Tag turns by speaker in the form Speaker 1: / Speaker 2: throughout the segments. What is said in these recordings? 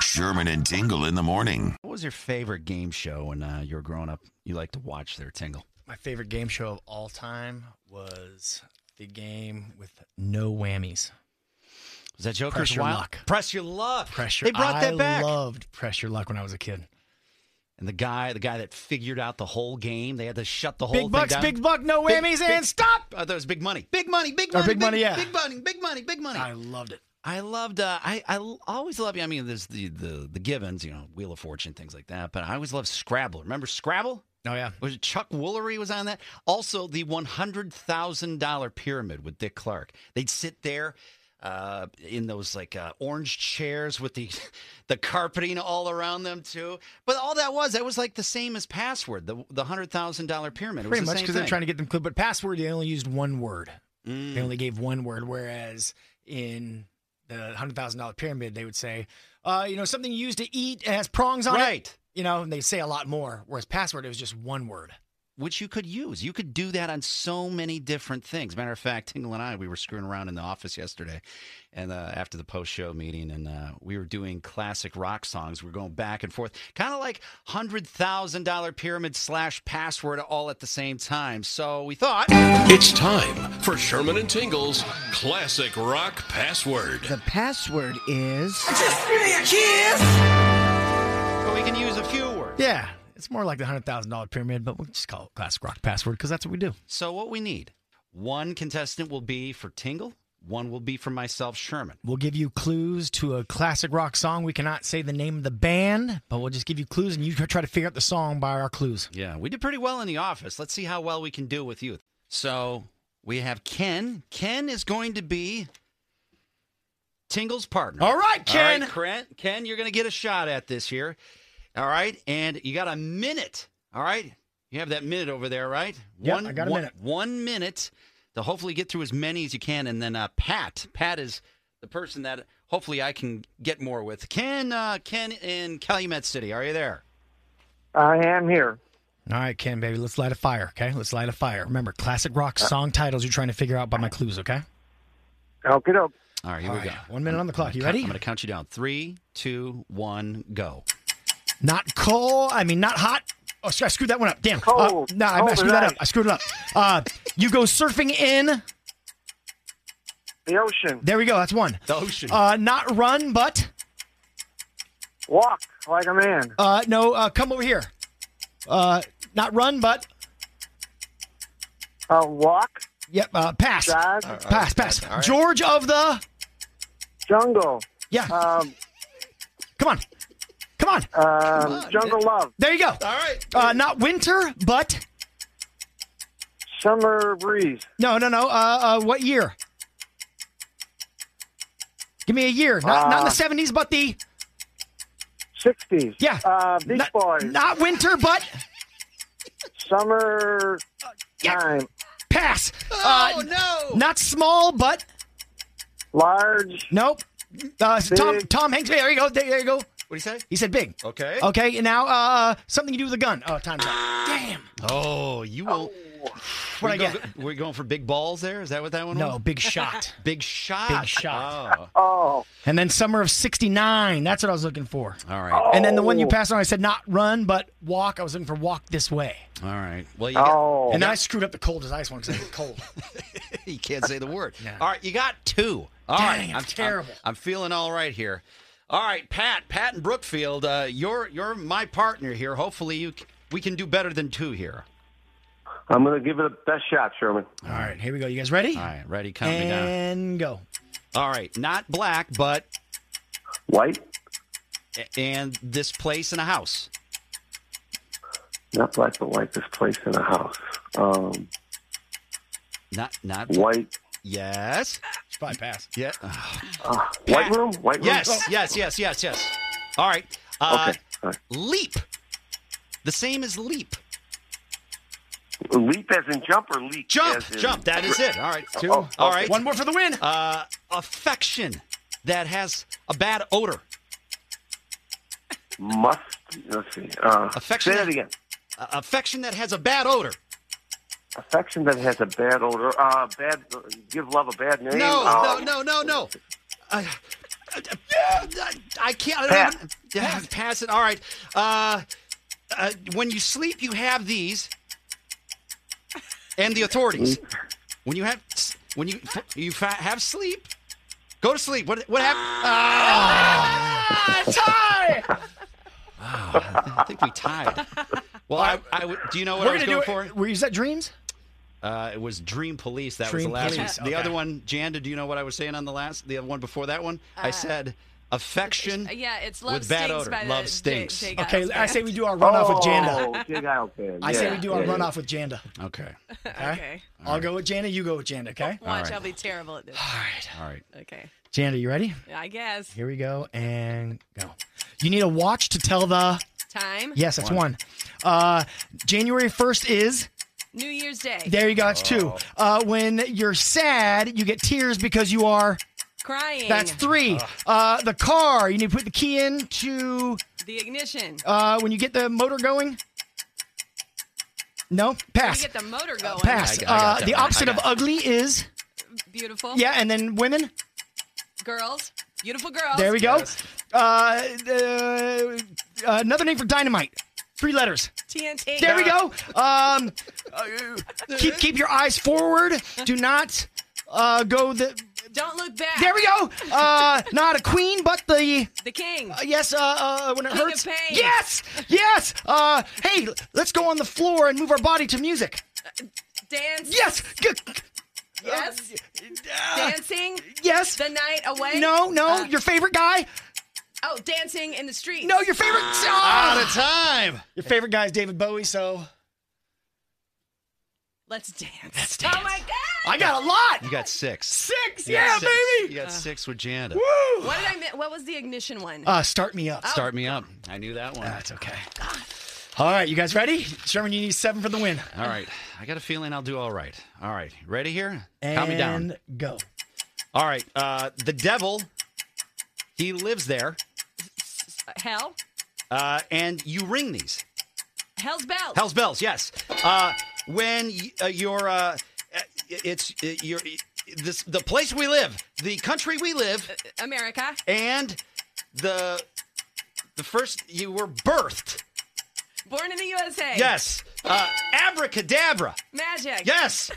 Speaker 1: Sherman and Tingle in the morning.
Speaker 2: What was your favorite game show when uh, you were growing up? You liked to watch their tingle.
Speaker 3: My favorite game show of all time was the game with no whammies.
Speaker 2: Was that Joker's
Speaker 3: Press Your
Speaker 2: Wild?
Speaker 3: Luck.
Speaker 2: Press your luck.
Speaker 3: Pressure.
Speaker 2: They brought that
Speaker 3: I
Speaker 2: back.
Speaker 3: loved pressure luck when I was a kid.
Speaker 2: and the guy, the guy that figured out the whole game, they had to shut the whole thing
Speaker 3: big bucks,
Speaker 2: down.
Speaker 3: big buck, no
Speaker 2: Big-
Speaker 3: whammies,
Speaker 2: big-
Speaker 3: and stop.
Speaker 2: I thought it was big money. Big money. Big
Speaker 3: Or
Speaker 2: money.
Speaker 3: big money, yeah.
Speaker 2: Big money. Big money. Big money.
Speaker 3: I
Speaker 2: I,
Speaker 3: loved it.
Speaker 2: loved. Uh, I I l- always love. I mean, there's the the the givens, you know, Wheel of Fortune, things like that. But I always loved Scrabble. Remember Scrabble?
Speaker 3: Oh yeah.
Speaker 2: Was it Chuck Woolery was on that? Also, the one hundred thousand dollar pyramid with Dick Clark. They'd sit there uh, in those like uh, orange chairs with the the carpeting all around them too. But all that was that was like the same as password. The the hundred thousand dollar pyramid. It was
Speaker 3: Pretty
Speaker 2: the
Speaker 3: much
Speaker 2: same
Speaker 3: because they're
Speaker 2: thing. Mm.
Speaker 3: trying to get them clear. But password, they only used one word. They only gave one word. Whereas in the hundred thousand dollar pyramid, they would say, uh, you know, something you use to eat it has prongs on it.
Speaker 2: right.
Speaker 3: You know, and they say a lot more. Whereas password, it was just one word.
Speaker 2: Which you could use. You could do that on so many different things. Matter of fact, Tingle and I, we were screwing around in the office yesterday, and uh, after the post show meeting, and uh, we were doing classic rock songs. We were going back and forth, kind of like hundred thousand dollar pyramid slash password all at the same time. So we thought.
Speaker 4: It's time for Sherman and Tingle's classic rock password.
Speaker 5: The password is
Speaker 2: So we can use a few words.
Speaker 3: Yeah, it's more like the hundred thousand dollar pyramid, but we'll just call it classic rock password because that's what we do.
Speaker 2: So what we need one contestant will be for Tingle, one will be for myself, Sherman.
Speaker 3: We'll give you clues to a classic rock song. We cannot say the name of the band, but we'll just give you clues, and you try to figure out the song by our clues.
Speaker 2: Yeah, we did pretty well in the office. Let's see how well we can do with you. So we have Ken. Ken is going to be Tingle's partner.
Speaker 3: All right, Ken.
Speaker 2: All right, Ken, Ken, you're going to get a shot at this here. All right, and you got a minute. All right, you have that minute over there, right?
Speaker 3: Yep, I got a
Speaker 2: one,
Speaker 3: minute.
Speaker 2: One minute to hopefully get through as many as you can, and then uh, Pat. Pat is the person that hopefully I can get more with. Ken, uh, Ken in Calumet City, are you there?
Speaker 6: I am here.
Speaker 3: All right, Ken, baby, let's light a fire. Okay, let's light a fire. Remember, classic rock song titles. You're trying to figure out by my clues. Okay.
Speaker 6: Okay, doke.
Speaker 2: All right, here
Speaker 3: All
Speaker 2: we
Speaker 3: right,
Speaker 2: go.
Speaker 3: one minute on the clock.
Speaker 2: gonna
Speaker 3: You
Speaker 2: count-
Speaker 3: ready?
Speaker 2: I'm going to count you down. Three, two, one, go.
Speaker 3: Not cold. I mean, not hot. Oh, sorry, I screwed that one up. Damn. Uh,
Speaker 6: Cold.
Speaker 3: no, I
Speaker 6: Cold
Speaker 3: screwed that
Speaker 6: night.
Speaker 3: up. I screwed it up. Uh, you go surfing in.
Speaker 6: The ocean.
Speaker 3: There we go. That's one.
Speaker 2: The ocean.
Speaker 3: Uh, not run, but
Speaker 6: Walk like a man.
Speaker 3: uh, no. Uh, come over here. Uh, not run, but
Speaker 6: Uh, walk,
Speaker 3: yep. Uh, pass.
Speaker 6: jog,
Speaker 3: Pass, pass. George of the.
Speaker 6: jungle.
Speaker 3: Yeah.
Speaker 6: Um,
Speaker 3: come on. Come on.
Speaker 6: um, jungle love.
Speaker 3: There you go. All
Speaker 2: right.
Speaker 3: Uh, not winter, but.
Speaker 6: Summer breeze.
Speaker 3: No, no, no. Uh, uh, what year? Give me a year. Not, not in the
Speaker 6: Uh,
Speaker 3: 70s, but the.
Speaker 6: 60s.
Speaker 3: Yeah.
Speaker 6: Uh, Beach
Speaker 3: not,
Speaker 6: Boys.
Speaker 3: Not winter, but
Speaker 6: Summer
Speaker 3: yeah.
Speaker 6: time.
Speaker 3: pass. Oh,
Speaker 2: no.
Speaker 3: Not small, but.
Speaker 6: Large.
Speaker 3: Nope. Uh, Tom,
Speaker 6: Big.
Speaker 3: Tom Hanks. There you go. There, there you go.
Speaker 2: What do you say?
Speaker 3: He said big.
Speaker 2: Okay.
Speaker 3: Okay, and now uh, something you do with a gun. Oh, time's up.
Speaker 2: Oh, you won't.
Speaker 3: What I
Speaker 2: We're
Speaker 3: get?
Speaker 2: go- we're going for big balls there? Is that what that one was?
Speaker 3: No, big shot.
Speaker 2: Big shot.
Speaker 3: Big shot.
Speaker 6: Oh,
Speaker 3: And then summer of 69. That's what I was looking for.
Speaker 2: Oh. All right.
Speaker 3: And then the one you passed on, I said not run, but walk. I was looking for walk this way.
Speaker 2: All right. Well, you,
Speaker 6: oh.
Speaker 3: And then I screwed up the cold as ice one because it's cold.
Speaker 2: got, you can't say the word. All right. You got two. All right.
Speaker 3: Dang, I'm terrible.
Speaker 2: I'm, feeling all right here. All right, Pat. Pat and Brookfield, uh, you're you're my partner here. Hopefully, you c- we can do better than two here.
Speaker 7: I'm going to give it a best shot, Sherman.
Speaker 3: All right, here we go. You guys ready?
Speaker 2: All right. Ready? Count me down.
Speaker 3: And go.
Speaker 2: All right. Not black, but
Speaker 7: White,
Speaker 2: and this place in a house.
Speaker 7: not black, but white. This place in a house. Um,
Speaker 2: Not not
Speaker 7: white,
Speaker 2: Yes.
Speaker 3: It's probably pass.
Speaker 2: Yeah.
Speaker 7: Uh, white room? White room?
Speaker 2: Yes, yes, yes, yes, yes. All right. Uh,
Speaker 7: Okay. all right.
Speaker 2: Leap. The same as leap.
Speaker 7: Leap as in jump or leap?
Speaker 2: Jump,
Speaker 7: as in-
Speaker 2: jump. That is it. All right.
Speaker 3: Two.
Speaker 7: Oh,
Speaker 2: All right.
Speaker 3: One more for the win.
Speaker 2: Uh, affection that has a bad odor.
Speaker 7: Must. Let's see. Uh,
Speaker 2: Affection-
Speaker 7: Say that again.
Speaker 2: Uh, affection that has a bad odor.
Speaker 7: Affection that has a bad odor. Uh, bad. Give love a bad name.
Speaker 2: No,
Speaker 7: Oh,
Speaker 2: no, no, no, no. Uh, uh, I can't. I don't even- Yeah, pass it. All right. Uh, uh, when you sleep, you have these, and the authorities. When you have, when you you fa- have sleep, go to sleep. What Ah, what
Speaker 3: Ah!
Speaker 2: happened? tie. Ah, I think we tied. Well, I, I would- do you know what I was going for?
Speaker 3: it. Were you is that dreams?
Speaker 2: Uh, it was Dream Police. That was
Speaker 3: Dream
Speaker 2: the last
Speaker 3: Police,
Speaker 2: one. The
Speaker 3: okay.
Speaker 2: other one, Janda, do you know what I was saying on the last, the other one before that one? I said affection.
Speaker 8: Yeah, it's love
Speaker 2: With bad
Speaker 8: stinks
Speaker 2: odor.
Speaker 8: by the
Speaker 2: Love
Speaker 8: J-
Speaker 2: stinks.
Speaker 8: J. Geis
Speaker 3: Okay, I
Speaker 8: band.
Speaker 3: say we do our runoff with Janda.
Speaker 7: Oh, Jig Eilman.
Speaker 3: I say we do our
Speaker 7: yeah, yeah.
Speaker 3: runoff with Janda.
Speaker 2: Okay.
Speaker 3: Okay.
Speaker 8: Okay.
Speaker 3: I'll go with Janda. You go with Janda. Okay.
Speaker 8: Watch,
Speaker 2: right.
Speaker 8: I'll be terrible at this.
Speaker 2: All right. All right.
Speaker 8: Okay.
Speaker 3: Janda, you ready?
Speaker 8: I guess.
Speaker 3: Here we go and go. You need a watch to tell the.
Speaker 8: Time.
Speaker 3: Yes, that's one. Uh, January first is.
Speaker 8: New Year's Day.
Speaker 3: There you go. That's two.
Speaker 2: Oh.
Speaker 3: Uh, when you're sad, you get tears because you are.
Speaker 8: Crying.
Speaker 3: That's three. Uh, the car. You need to put the key in to.
Speaker 8: the ignition.
Speaker 3: Uh, when you get the motor going. No, pass.
Speaker 8: We get the motor going.
Speaker 3: Pass.
Speaker 2: I got- I got
Speaker 3: uh,
Speaker 2: that
Speaker 3: the
Speaker 2: one.
Speaker 3: opposite
Speaker 2: I
Speaker 3: of
Speaker 2: got
Speaker 3: ugly is
Speaker 8: Beautiful.
Speaker 3: yeah, and then women.
Speaker 8: Girls. Beautiful girls.
Speaker 3: There we go. Uh, uh, another name for dynamite. Three letters.
Speaker 8: TNT.
Speaker 3: There we go. Um, keep keep your eyes forward. Do not uh, go the.
Speaker 8: Don't look back.
Speaker 3: There we go. Uh, not a queen, but the
Speaker 8: The king.
Speaker 3: uh, yes. Uh, uh, when it
Speaker 8: King of
Speaker 3: hurts.
Speaker 8: pain.
Speaker 3: Yes, yes. Uh, hey, let's go on the floor and move our body to music.
Speaker 8: Dance.
Speaker 3: Yes, G-
Speaker 8: Yes.
Speaker 3: uh,
Speaker 8: Dancing.
Speaker 3: yes.
Speaker 8: The night away.
Speaker 3: No, no.
Speaker 8: Uh,
Speaker 3: your favorite guy.
Speaker 8: oh, dancing in the street.
Speaker 3: No, your favorite.
Speaker 8: Ah.
Speaker 3: oh.
Speaker 2: Out of time.
Speaker 3: Ah, Your favorite guy is David Bowie, so
Speaker 8: Let's dance.
Speaker 3: Let's dance.
Speaker 8: Oh my God.
Speaker 3: I got a lot.
Speaker 2: You got six.
Speaker 3: Six,
Speaker 2: You got
Speaker 3: yeah,
Speaker 2: six.
Speaker 3: baby.
Speaker 2: You got six with Janda.
Speaker 3: Woo!
Speaker 8: What did I? mi- What was the ignition one?
Speaker 3: Uh, start me up.
Speaker 2: Start me up. I knew that one.
Speaker 3: That's okay. All right, you guys ready? Sherman, you need seven for the win.
Speaker 2: All right. I got a feeling I'll do all right. All right. Ready here? Calm me down.
Speaker 3: And Go.
Speaker 2: All right. Uh, the devil, he lives there,
Speaker 8: Hell.
Speaker 2: uh, and you ring these.
Speaker 8: Hell's bells.
Speaker 2: Hell's bells, yes. Uh, when y- uh, you're, uh, uh, it's uh, you're, this the place we live, the country we live,
Speaker 8: America.
Speaker 2: and the the first you were birthed.
Speaker 8: Born in the USA.
Speaker 2: Yes. Uh, abracadabra.
Speaker 8: Magic.
Speaker 2: Yes.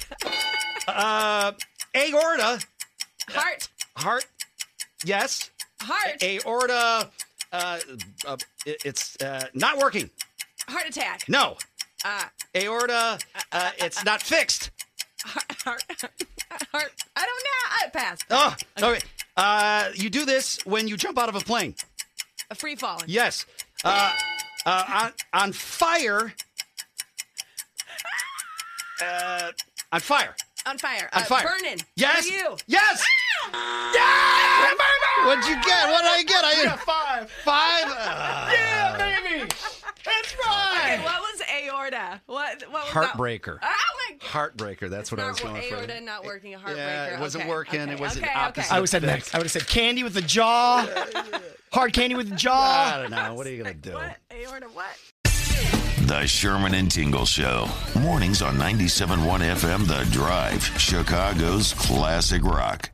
Speaker 2: Uh, aorta.
Speaker 8: Heart.
Speaker 2: Heart. Yes. Eh,
Speaker 8: Heart.
Speaker 2: Aorta. Uh, uh, it- it's uh, not working. eh.
Speaker 8: heart attack.
Speaker 2: No.
Speaker 8: Uh,
Speaker 2: Aorta. Uh, it's not fixed.
Speaker 8: heart. Heart. I don't know. I pass.
Speaker 2: Oh, okay. Uh, you do this when you jump out of a plane.
Speaker 8: A free falling.
Speaker 2: Yes. Uh, uh, on, on fire. Uh, on fire.
Speaker 8: On fire.
Speaker 2: On
Speaker 8: Uh,
Speaker 2: fire.
Speaker 8: Burning.
Speaker 2: Yes.
Speaker 8: For you.
Speaker 2: Yes. Yeah, baby! What'd you get? What did I get? I got
Speaker 3: Five.
Speaker 2: five. Uh,
Speaker 3: Yeah, baby. That's right.
Speaker 8: Okay, what was aorta? What? What was
Speaker 2: Heartbreaker.
Speaker 8: That? Oh my God.
Speaker 2: Heartbreaker. That's what I was
Speaker 8: Not,
Speaker 2: going for.
Speaker 8: aorta not working. A heartbreaker.
Speaker 2: Yeah, it wasn't
Speaker 8: okay,
Speaker 2: working.
Speaker 8: Okay.
Speaker 2: It was an
Speaker 8: okay,
Speaker 2: opposite.
Speaker 8: Okay.
Speaker 3: I would have said next. I would have said candy with the jaw. Hard candy with the jaw.
Speaker 2: I don't know. What are you gonna do?
Speaker 8: What aorta? What?
Speaker 1: The Sherman and Tingle Show. Mornings on 97.1 FM The Drive, Chicago's classic rock.